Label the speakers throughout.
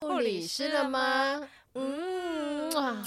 Speaker 1: 护理师了吗？嗯啊，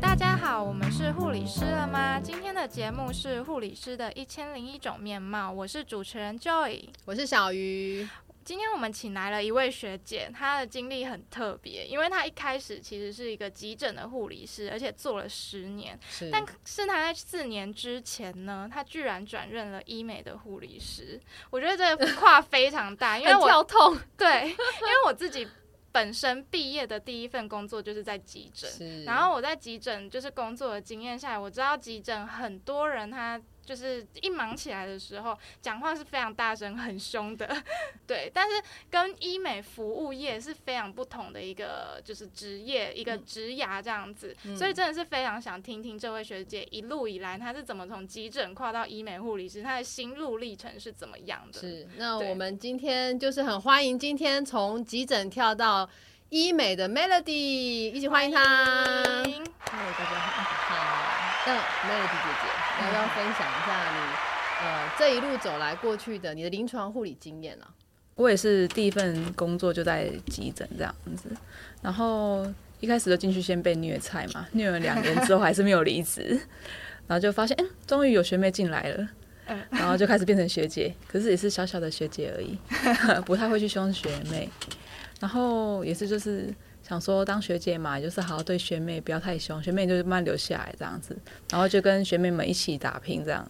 Speaker 2: 大家好，我们是护理师了吗？今天的节目是护理师的一千零一种面貌，我是主持人 Joy。
Speaker 1: 我是小鱼。
Speaker 2: 今天我们请来了一位学姐，她的经历很特别，因为她一开始其实是一个急诊的护理师，而且做了十年。
Speaker 1: 是，
Speaker 2: 但是她在四年之前呢，她居然转任了医美的护理师，我觉得这个跨非常大，因为
Speaker 1: 很
Speaker 2: 我
Speaker 1: 跳痛。
Speaker 2: 对，因为我自己本身毕业的第一份工作就是在急诊，
Speaker 1: 是，
Speaker 2: 然后我在急诊就是工作的经验下来，我知道急诊很多人他就是一忙起来的时候，讲话是非常大声、很凶的， 对。但是跟医美服务业是非常不同的一个就是职业、一个
Speaker 1: 嗯
Speaker 2: 职涯这样子，所以真的是非常想听听这位学姐一路以来她是怎么从急诊跨到医美护理师，她的心路历程是怎么样的。
Speaker 1: 是，那
Speaker 2: 对
Speaker 1: 我们今天就是很欢迎今天从急诊跳到医美的 Melody，一起欢迎她。
Speaker 2: 迎
Speaker 3: Hello，大家好。
Speaker 1: 好，那 Melody 姐姐，要不要分享一下你呃这一路走来过去的你的临床护理经验啊？
Speaker 3: 我也是第一份工作就在急诊这样子，然后一开始就进去先被虐菜嘛，虐了两年之后还是没有离职， 然后就发现，嗯，终于有学妹进来了
Speaker 2: 嗯。
Speaker 3: 然后就开始变成学姐，可是也是小小的学姐而已， 不太会去凶学妹。然后也是就是想说当学姐嘛，也就是好好对学妹，不要太凶，学妹就是慢慢留下来这样子。然后就跟学妹们一起打拼这样。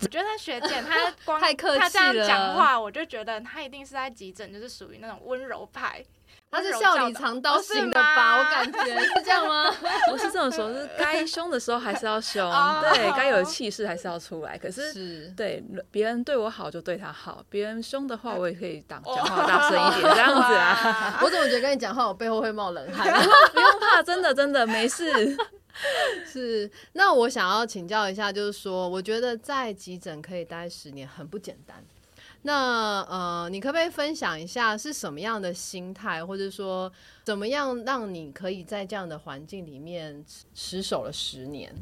Speaker 2: 我觉得学姐她光
Speaker 1: 太客气
Speaker 2: 她这样
Speaker 1: 了
Speaker 2: 讲话，我就觉得她一定是在急诊，就是属于那种温柔派。
Speaker 1: 她是
Speaker 2: 温柔
Speaker 1: 笑
Speaker 2: 教
Speaker 1: 里
Speaker 2: 导
Speaker 1: 藏刀
Speaker 2: 哦是
Speaker 1: 型的吧？我
Speaker 2: 吗
Speaker 1: 感觉是这样 吗？
Speaker 3: 不是这么说，就是该凶的时候还是要 凶
Speaker 2: 哦，
Speaker 3: 对，该有的气势还是要出来。可是
Speaker 1: 是，
Speaker 3: 对别人对我好就对他好，别人凶的
Speaker 1: 嗯
Speaker 3: 话我也可以 当讲话大 声一点，这样子啊，
Speaker 2: 哇。
Speaker 1: 我怎么觉得跟你讲话，我背后会冒冷汗？
Speaker 3: 不用怕，真的真的没事。
Speaker 1: 是，那我想要请教一下，就是说，我觉得在急诊可以待十年很不简单。那呃，你可不可以分享一下是什么样的心态，或者说怎么样让你可以在这样的环境里面持持守了十年？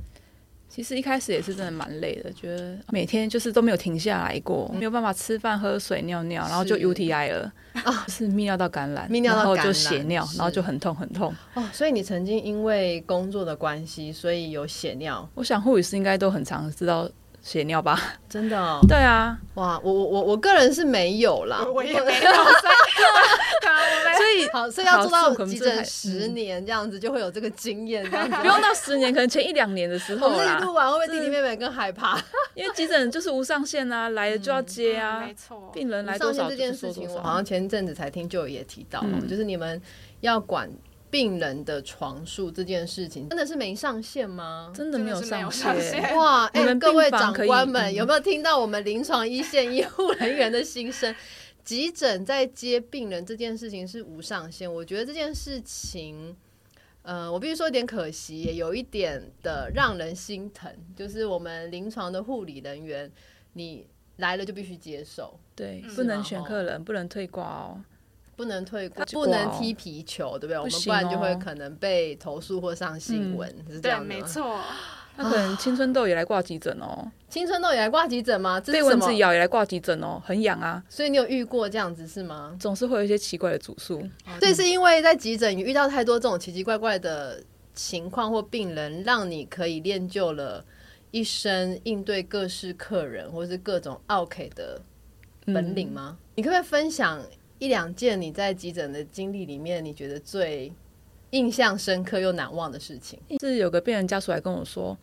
Speaker 3: 其实一开始也是真的蛮累的，觉得每天就是都没有停下来过，没有办法吃饭、喝水、尿尿，然后就是 UTI 了， 就是泌尿道感染，
Speaker 1: 哦泌尿道
Speaker 3: 然后
Speaker 1: 感
Speaker 3: 就
Speaker 1: 染
Speaker 3: 血尿，
Speaker 1: 是
Speaker 3: 然后就很痛很 痛。
Speaker 1: 哦，所以你曾经因为工作的关系，所以有血尿，
Speaker 3: 我想护理师应该都很常知道血尿吧？
Speaker 1: 真的、哦、
Speaker 3: 对啊，
Speaker 1: 哇！我我我我个人是没有啦，
Speaker 2: 我也没有，所以啊我们
Speaker 3: 所以
Speaker 1: 好，所以要做到
Speaker 3: 好是我们嗯
Speaker 1: 急
Speaker 3: 这
Speaker 1: 诊
Speaker 3: 还
Speaker 1: 十年这样子，就会有这个经验，这样 子。
Speaker 3: 不用到十年，可能前一两年的时
Speaker 1: 我
Speaker 3: 候
Speaker 1: 们这
Speaker 3: 啦
Speaker 1: 一，录完，会不会弟弟
Speaker 3: 是
Speaker 1: 妹妹更害怕？
Speaker 3: 因为急诊就是无上限啊，来了就要接
Speaker 2: 嗯
Speaker 3: 啊
Speaker 2: 没，错，
Speaker 3: 病人来
Speaker 1: 上
Speaker 3: 多
Speaker 1: 线
Speaker 3: 少
Speaker 1: 这
Speaker 3: 就
Speaker 1: 件
Speaker 3: 是
Speaker 1: 事
Speaker 3: 说
Speaker 1: 情，
Speaker 3: 多
Speaker 1: 我好像
Speaker 3: 少。啊
Speaker 1: 前阵子才听就有也提到哦，
Speaker 3: 嗯
Speaker 1: 就是你们要管病人的床数这件事情，真的是没上限吗？
Speaker 3: 真的没有上
Speaker 2: 真的是没有上
Speaker 3: 线，
Speaker 2: 限
Speaker 1: 哇，哎、
Speaker 3: 你们
Speaker 1: 各位
Speaker 3: 病房
Speaker 1: 长
Speaker 3: 可以
Speaker 1: 官们、
Speaker 3: 嗯
Speaker 1: 有没有听到我们临床一线医护人员的心声？急诊在接病人这件事情是无上限，我觉得这件事情，呃，我必须说有点可惜，也有一点的让人心疼，就是我们临床的护理人员，你来了就必须接受，
Speaker 3: 对
Speaker 2: 嗯，
Speaker 3: 不能
Speaker 1: 哦
Speaker 3: 选客人，不能退挂哦。
Speaker 1: 不能退
Speaker 3: 他
Speaker 1: 过，
Speaker 3: 去
Speaker 1: 不
Speaker 3: 挂
Speaker 1: 能
Speaker 3: 哦
Speaker 1: 踢皮球，对不对？我们
Speaker 3: 不
Speaker 1: 不
Speaker 3: 行
Speaker 1: 然就会
Speaker 3: 哦
Speaker 1: 可能被投诉或上新
Speaker 3: 嗯
Speaker 1: 闻，是这
Speaker 2: 对，
Speaker 1: 样的。
Speaker 2: 没。错，
Speaker 3: 他可
Speaker 1: 啊
Speaker 3: 能青春痘也来挂急诊哦，
Speaker 1: 青春痘也来挂急诊吗？这是
Speaker 3: 被
Speaker 1: 什
Speaker 3: 蚊
Speaker 1: 么
Speaker 3: 子？咬也来挂急诊哦，很痒啊，
Speaker 1: 所以你有遇过这样子是吗？
Speaker 3: 总是会有一些奇怪的主诉。
Speaker 1: 所以是因为在急诊你遇到太多这种奇奇怪怪的情况或病人，让你可以练就了一身应对各式客人或是各种 OK 的
Speaker 3: 嗯
Speaker 1: 本领吗？你可不可以分享一两件你在急诊的经历里面，你觉得最印象深刻又难忘的事情？
Speaker 3: 是有个病人家属来跟我说，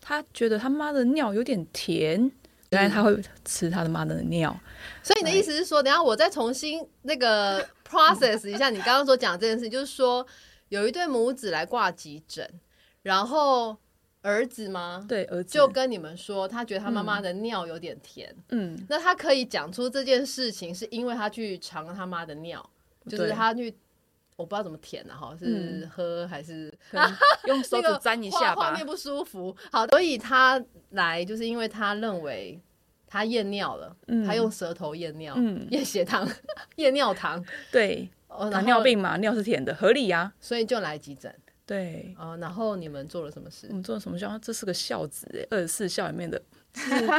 Speaker 3: 他觉得他妈的尿有点甜，原来他会吃他的妈的尿。
Speaker 1: 所以你的意思是说，等一下我再重新那 个 process 一下你刚刚所讲的这件事，就是说有一对母子来挂急诊，然后儿子吗？
Speaker 3: 对，儿子
Speaker 1: 就跟你们说，他觉得他妈妈的尿有点甜。
Speaker 3: 嗯，
Speaker 1: 那他可以讲出这件事情，是因为他去尝他妈的尿，就是
Speaker 3: 对
Speaker 1: 他去，我不知道怎么舔啊，哈，是
Speaker 3: 嗯
Speaker 1: 喝还是
Speaker 3: 可能用手指
Speaker 1: 那个
Speaker 3: 沾一下
Speaker 1: 画
Speaker 3: 吧。
Speaker 1: 面不舒服。好，所以他来就是因为他认为他验尿了，
Speaker 3: 嗯
Speaker 1: 他用舌头验尿，
Speaker 3: 嗯
Speaker 1: 验血糖， 验尿糖，
Speaker 3: 对，
Speaker 1: 哦，然
Speaker 3: 糖
Speaker 1: 后
Speaker 3: 尿，病嘛，尿是甜的，合理呀、啊
Speaker 1: 所以就来急诊。
Speaker 3: 对，
Speaker 1: 哦，然后你们做了什么事
Speaker 3: 我？们做了什么校？这是个孝子哎，二十四孝里 面的，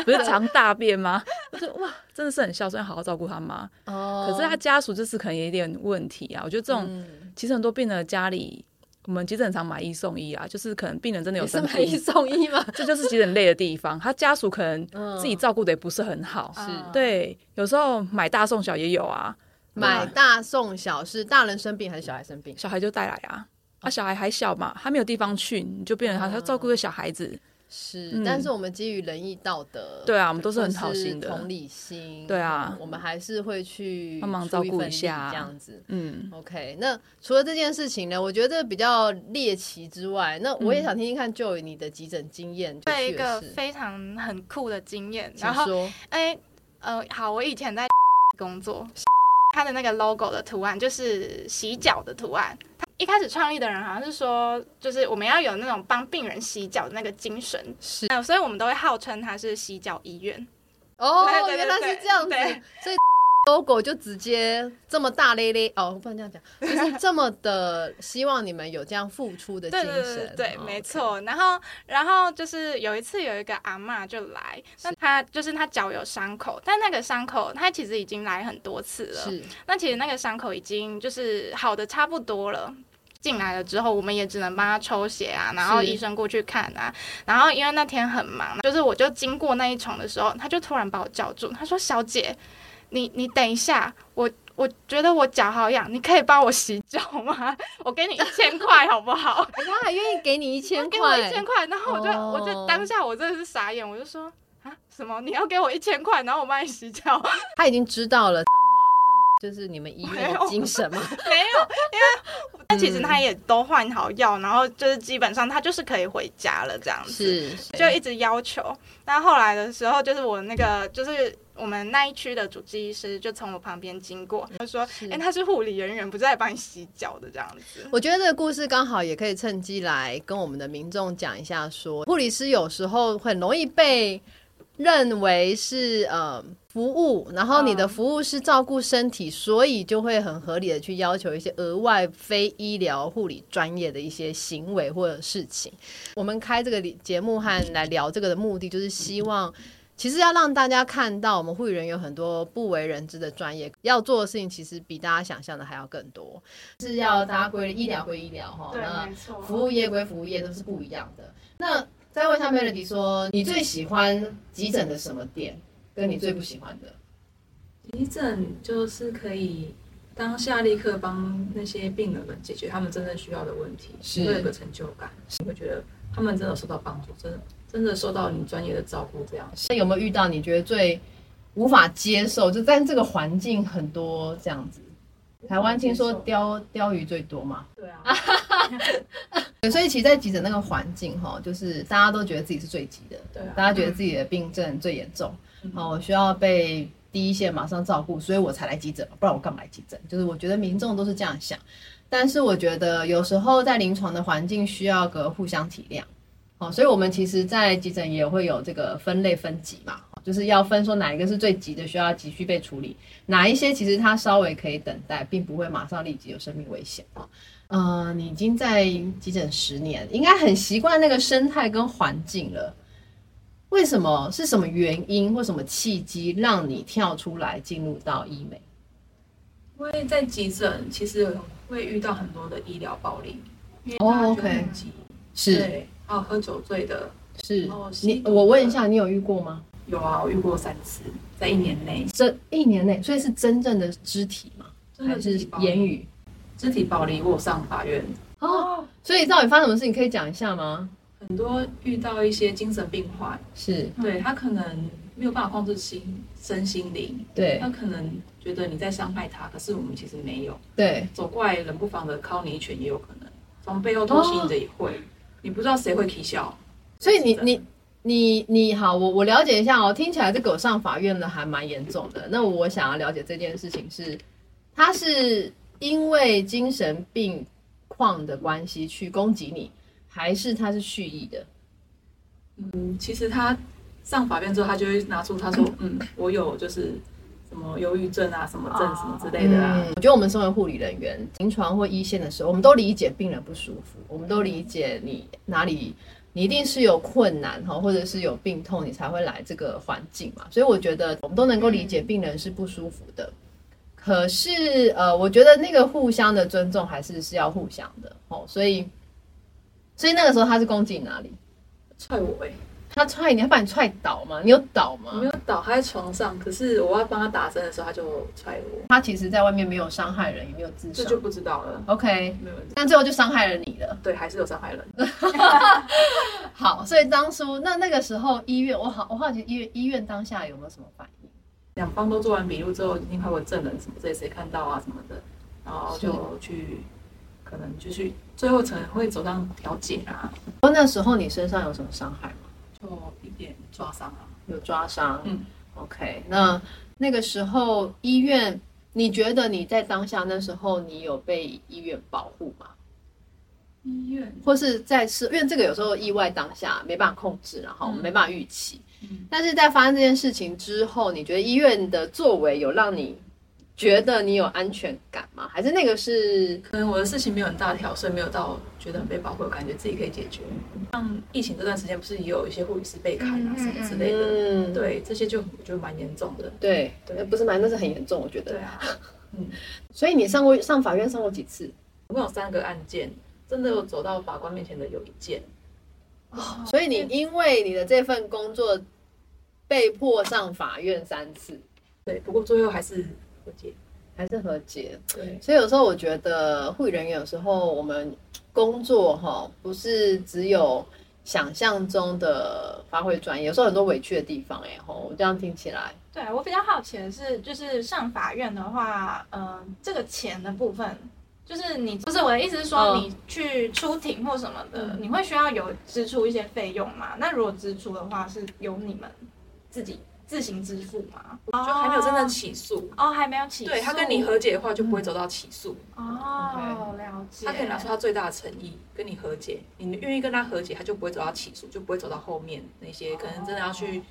Speaker 3: 不是常大便吗？我说哇，真的是很孝顺，好好照顾他妈。
Speaker 1: 哦，
Speaker 3: 可是他家属就是可能有一点问题啊。我觉得这种、
Speaker 1: 嗯
Speaker 3: 其实很多病人的家里，我们急诊常买一送一啊，就是可能病人真的有
Speaker 1: 你是
Speaker 3: 生
Speaker 1: 买一
Speaker 3: 病，
Speaker 1: 送一 吗？
Speaker 3: 这就是急诊累的地方。他家属可能
Speaker 1: 嗯啊
Speaker 3: 自己照顾的也不是很好，
Speaker 2: 嗯
Speaker 3: 对，有时候买大送小也有啊，
Speaker 1: 买
Speaker 3: 哇
Speaker 1: 大送小是大人生病还是小孩生病？
Speaker 3: 小孩就带来啊。啊，小孩还小嘛，他没有地方去，你就变成他，他
Speaker 1: 嗯
Speaker 3: 照顾个小孩子，
Speaker 1: 是，
Speaker 3: 嗯
Speaker 1: 但是我们基于仁义道德，
Speaker 3: 对啊，我们都
Speaker 1: 或
Speaker 3: 是很好心
Speaker 1: 同
Speaker 3: 的，
Speaker 1: 理心，
Speaker 3: 对啊
Speaker 1: 我们还是会去
Speaker 3: 帮忙
Speaker 1: 出
Speaker 3: 照顾
Speaker 1: 份
Speaker 3: 一下
Speaker 1: 力这样子。
Speaker 3: 嗯，
Speaker 1: OK，那除了这件事情呢，我觉得比较猎奇之外，那我也想听听看 Joy 你的急诊经验，就
Speaker 2: 嗯对
Speaker 1: 是
Speaker 2: 一个非常很酷的经验。
Speaker 1: 请
Speaker 2: 然后，
Speaker 1: 说，
Speaker 2: 哎，呃，好，我以前在 工作，它的那个 logo 的图案就是洗脚的图案。它一开始创立的人好像是说，就是我们要有那种帮病人洗脚的那个精神，
Speaker 1: 是
Speaker 2: 呃，所以我们都会号称它是洗脚医院。
Speaker 1: 哦
Speaker 2: 对，对
Speaker 1: 原来
Speaker 2: 对
Speaker 1: 是这样子
Speaker 2: 对，
Speaker 1: 所以 logo 就直接这么大咧咧哦，不能这 样讲，就是这么的希望你们有这样付出的精
Speaker 2: 对对对
Speaker 1: 神，
Speaker 2: 对，
Speaker 1: 哦
Speaker 2: 没
Speaker 1: OK
Speaker 2: 错。然后，然后就是有一次有一个阿嬷就来，那她就是她脚有伤口，但那个伤口她其实已经来很多次了。
Speaker 1: 是
Speaker 2: 那其实那个伤口已经就是好的差不多了。进来了之后，我们也只能帮他抽血啊，然后
Speaker 1: 是
Speaker 2: 医生过去看啊，然后因为那天很忙，就是我就经过那一床的时候，他就突然把我叫住，他说：“小姐，你你等一下，我我觉得我脚好痒，你可以帮我洗脚吗？ 我给你一千块好不好？”
Speaker 1: 他还愿意给 你一千
Speaker 2: 他 给我一
Speaker 1: 块，
Speaker 2: 千块，然后我就、我就
Speaker 1: 哦
Speaker 2: 当下我真的是傻眼，我就说啊什么你要给我一千块，然后我帮你洗脚？
Speaker 1: 他已经知道了。就是你们医院的精神 嘛，
Speaker 2: 没有，因为但其实
Speaker 1: 嗯
Speaker 2: 他也都换好药，然后就是基本上他就是可以回家了这样子，
Speaker 1: 是
Speaker 2: 就一直要求。那后来的时候，就是我那个就是。我们那一区的主治医师就从我旁边经过，他说：“
Speaker 1: 是
Speaker 2: 哎、他是护理人员，不是来帮你洗脚的这样子。
Speaker 1: 我觉得这个故事刚好也可以趁机来跟我们的民众讲一下说护理师有时候很容易被认为是呃服务，然后你的
Speaker 2: 嗯
Speaker 1: 服务是照顾身体，所以就会很合理的去要求一些额外非医疗护理专业的一些行为或者事情。我们开这个节目和来聊这个的目的，就是希望。其实要让大家看到，我们护理人有很多不为人知的专业，要做的事情其实比大家想象的还要更多，是要大家归医疗归医疗哈，那
Speaker 2: 错
Speaker 1: 服务业归服务业都是不一样的。那再问一下 Melody 说，你最喜欢急诊的什么点，跟你最不喜欢的？
Speaker 3: 急诊就是可以当下立刻帮那些病人们解决他们真正需要的问题，
Speaker 1: 是
Speaker 3: 会有一个成就感，你会觉得他们真的有受到帮助，真的真的受到你专业的照顾，这样
Speaker 1: 那有没有遇到你觉得最无法接受？就在这个环境很多这样子。台湾听说鲷鲷鱼最多嘛，
Speaker 3: 对啊，
Speaker 1: 对所以其实，在急诊那个环境哈，就是大家都觉得自己是最急的，
Speaker 3: 对啊
Speaker 1: 大家觉得自己的病症最严重，
Speaker 3: 嗯
Speaker 1: 好、我需要被第一线马上照顾，所以我才来急诊，不然我干嘛来急诊？就是我觉得民众都是这样想，但是我觉得有时候在临床的环境需要个互相体谅，哦，所以我们其实，在急诊也会有这个分类分级嘛，哦就是要分说哪一个是最急的，需要急需被处理，哪一些其实它稍微可以等待，并不会马上立即有生命危险啊。哦呃，你已经在急诊十年，应该很习惯那个生态跟环境了。为什么？是什么原因或什么契机让你跳出来进入到医美？
Speaker 4: 因为在急诊其实会遇到很多的医疗暴力，因为
Speaker 1: 哦
Speaker 4: 大家觉得
Speaker 1: OK
Speaker 4: 很急，
Speaker 1: 是
Speaker 4: 对，还有喝酒醉的，
Speaker 1: 是
Speaker 4: 哦，吸
Speaker 1: 你
Speaker 4: 毒
Speaker 1: 我问一下，你有遇过吗？
Speaker 4: 有啊，我遇过三次，在一年内，
Speaker 1: 这一年内，所以是真正的肢体吗？
Speaker 4: 真的
Speaker 1: 还是
Speaker 4: 肢体暴力
Speaker 1: 言语？
Speaker 4: 肢体暴力，我有上法院，
Speaker 1: 哦，所以到底发生什么事？你可以讲一下吗？
Speaker 4: 很多遇到一些精神病患，
Speaker 1: 是
Speaker 4: 对他可能没有办法控制心身心灵，
Speaker 1: 对
Speaker 4: 他可能觉得你在伤害他，可是我们其实没有，
Speaker 1: 对
Speaker 4: 走过来冷不防的敲你一拳也有可能，从背后偷袭你的也会，你不知道谁会起笑，
Speaker 1: 所以你你你你好，我我了解一下哦。听起来这狗上法院了，还蛮严重的。那我想要了解这件事情是，他是因为精神病况的关系去攻击你，还是他是蓄意的？
Speaker 4: 嗯，其实他上法院之后，他就会拿出他说，嗯，我有就是
Speaker 3: 什么忧郁症啊、什么症什么之类的啊。
Speaker 1: 嗯，我觉得我们身为护理人员，临床或一线的时候，我们都理解病人不舒服，我们都理解你哪里，你一定是有困难哈，或者是有病痛，你才会来这个环境嘛。所以我觉得我们都能够理解病人是不舒服的。可是呃，我觉得那个互相的尊重还是是要互相的哦。所以，所以那个时候他是攻击你哪里？
Speaker 3: 踹
Speaker 4: 欸
Speaker 3: 我哎、
Speaker 1: 他踹你，他把你踹倒吗？你有倒吗？
Speaker 3: 我没有倒，他在床上，可是我要帮他打针的时候，他就踹我，
Speaker 1: 他其实在外面没有伤害人，也没有自
Speaker 3: 这
Speaker 1: 伤。
Speaker 3: 就不知道了。
Speaker 1: OK，
Speaker 3: 没有人知道，
Speaker 1: 但最后就伤害了你了。
Speaker 3: 对，还是有伤害人。
Speaker 1: 好，所以当初那那个时候医院，我好我好奇医院医院当下有没有什么反应？
Speaker 3: 两方都做完笔录之后，已经快有证人什么这些谁看到啊什么的，然后就去，可能就去，最后可能会走上调解啊，
Speaker 1: 不过那时候你身上有什么伤害吗？
Speaker 3: 就一点抓伤啊。
Speaker 1: 有抓伤？
Speaker 3: 嗯
Speaker 1: ，OK，那那个时候医院，你觉得你在当下那时候你有被医院保护吗？
Speaker 3: 医院
Speaker 2: 嗯
Speaker 1: 或是在是，因为这个有时候意外当下没办法控制，然后
Speaker 3: 嗯
Speaker 1: 没办法预期。
Speaker 3: 嗯
Speaker 1: 但是在发生这件事情之后，你觉得医院的作为有让你觉得你有安全感吗？还是那个是
Speaker 3: 可能我的事情没有很大条，所以没有到觉得很被保护，感觉自己可以解决。像疫情这段时间，不是也有一些护理师被砍啊
Speaker 2: 嗯
Speaker 3: 什么之类的，
Speaker 1: 嗯，
Speaker 3: 对，这些就我觉得蛮严重的。
Speaker 1: 对，
Speaker 3: 嗯对
Speaker 1: 那不是蛮，那是很严重，我觉
Speaker 3: 对
Speaker 1: 得。
Speaker 3: 啊，
Speaker 2: 嗯
Speaker 1: 所以你上过上法院上过几次？
Speaker 3: 总共有三个案件，真的有走到法官面前的有一件，哦
Speaker 1: 所以你因为你的这份工作被迫上法院三次，
Speaker 3: 对，不过最后还是和解。
Speaker 1: 还是和解。
Speaker 3: 对，
Speaker 1: 所以有时候我觉得护理人员有时候我们工作哈，不是只有想象中的发挥专业，有时候很多委屈的地方哎、吼，我这样听起来，
Speaker 2: 对我比较好奇的是，就是上法院的话，嗯、这个钱的部分，就是你不是我的意思是说，
Speaker 1: 嗯
Speaker 2: 你去出庭或什么的，
Speaker 3: 嗯
Speaker 2: 你会需要有支出一些费用吗？那如果支出的话，是由你们自己自行支付吗？
Speaker 3: 就还没有真正起诉。嗯
Speaker 2: 哦，还没有起诉。
Speaker 3: 对他跟你和解的话，就不会走到起诉，
Speaker 2: 哦，了解。
Speaker 3: 他可以拿出他最大的诚意跟你和解，你愿意跟他和解，他就不会走到起诉，就不会走到后面那些可能真的要去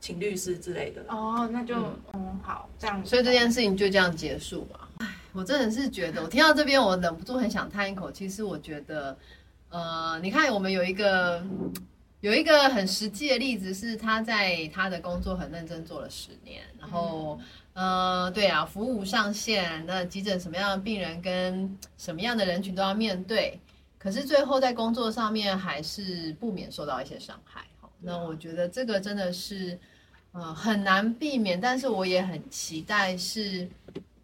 Speaker 3: 请律师之类的。
Speaker 2: 哦，那就嗯好这样。
Speaker 1: 所以这件事情就这样结束嘛。唉我真的是觉得，我听到这边，我忍不住很想叹一口气。是我觉得，呃，你看我们有一个有一个很实际的例子，是他在他的工作很认真做了十年，然后，呃，对啊，服务上线，那急诊什么样的病人跟什么样的人群都要面对，可是最后在工作上面还是不免受到一些伤害。好那我觉得这个真的是。呃，很难避免，但是我也很期待是，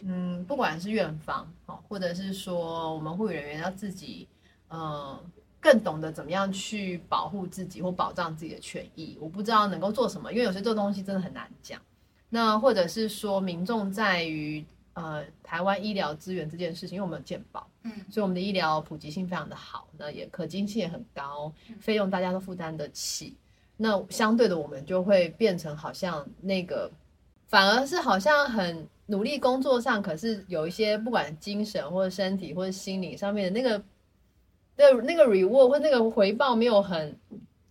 Speaker 1: 嗯，不管是院方哦，或者是说我们护理人员要自己，嗯、更懂得怎么样去保护自己或保障自己的权益。我不知道能够做什么，因为有些这东西真的很难讲。那或者是说，民众在于呃台湾医疗资源这件事情，因为我们有健保，
Speaker 2: 嗯
Speaker 1: 所以我们的医疗普及性非常的好，那也可经性也很高，费用大家都负担得起。那相对的，我们就会变成好像那个，反而是好像很努力工作上，可是有一些不管精神或者身体或者心理上面的那个，那那个 reward 或那个回报没有很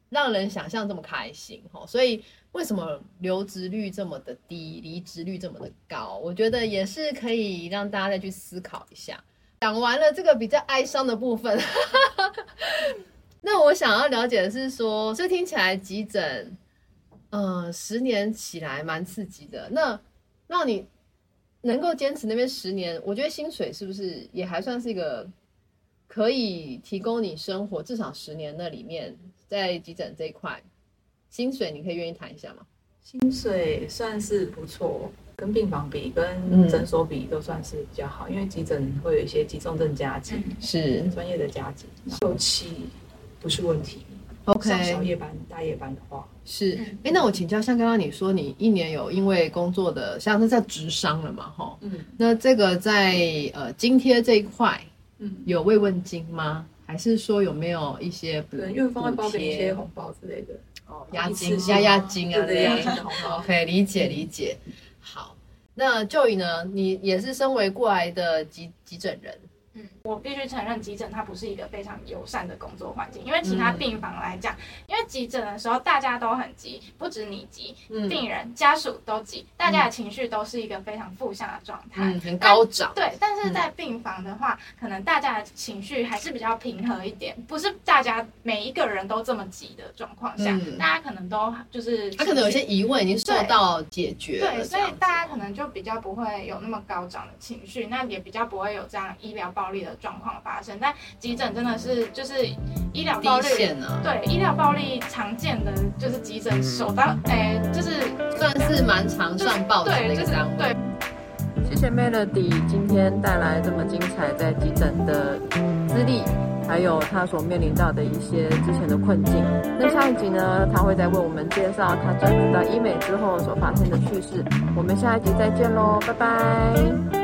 Speaker 1: 让人想象这么开心哦，所以为什么留职率这么的低，离职率这么的高？我觉得也是可以让大家再去思考一下。讲完了这个比较哀伤的部分， 那我想要了解的是说，所以听起来急诊，呃，十年起来蛮刺激的。那让你能够坚持那边十年，我觉得薪水是不是也还算是一个可以提供你生活至少十年那里面，在急诊这一块，薪水你可以愿意谈一下吗？
Speaker 3: 薪水算是不错，跟病房比、
Speaker 1: 嗯
Speaker 3: 跟诊所比都算是比较好，因为急诊会有一些急重症加急、
Speaker 1: 是
Speaker 3: 专业的加急，后期不是问题。上小夜班、大夜班的话，
Speaker 1: 是，哎
Speaker 2: 嗯、
Speaker 1: 那我请教，像刚刚你说，你一年有因为工作的，像是在职商了嘛，吼，
Speaker 3: 嗯
Speaker 1: 那这个在呃津贴这一块
Speaker 3: 嗯，
Speaker 1: 有慰问金吗？还是说有没有一些补
Speaker 3: 可能院方会包给你一些
Speaker 1: 补
Speaker 3: 红包之类的，
Speaker 1: 贴哦押
Speaker 3: 一次
Speaker 1: 金
Speaker 3: 性
Speaker 1: 押押金啊
Speaker 3: 对对，
Speaker 1: 这
Speaker 3: 押金
Speaker 1: 样
Speaker 3: 的红包。
Speaker 1: ？OK，理解理解。好，那 Joy 呢？你也是身为过来的急急诊人，
Speaker 2: 嗯，我必须承认，急诊它不是一个非常友善的工作环境，因为其他
Speaker 1: 嗯
Speaker 2: 病房来讲，因为急诊的时候大家都很急，不止你急，
Speaker 1: 嗯
Speaker 2: 病人、家属都急，大家的情绪都是一个非常负向的状态。
Speaker 1: 嗯，很高涨，
Speaker 2: 对，但是在病房的话，可能大家的情绪还是比较平和一点，不是大家每一个人都这么急的状况下，
Speaker 1: 嗯
Speaker 2: 大家可能都就是
Speaker 1: 他可能有一些疑问已经受到解决了
Speaker 2: 对，所以
Speaker 1: 这样子
Speaker 2: 大家可能就比较不会有那么高涨的情绪，那也比较不会有这样医疗暴力的状况发生。但急诊真的是就是医疗暴力
Speaker 1: 第一。线嗯呢、啊，
Speaker 2: 对医疗暴力常见的就是急诊首当，哎、就是
Speaker 1: 算是蛮常上报的
Speaker 2: 对，
Speaker 1: 那
Speaker 2: 就
Speaker 1: 个
Speaker 2: 是
Speaker 1: 单位。
Speaker 2: 对
Speaker 5: 谢谢 Melody 今天带来这么精彩在急诊的资历，还有他所面临到的一些之前的困境。那下一集呢，他会再为我们介绍他专职到医美之后所发生的趣事。我们下一集再见喽，拜拜。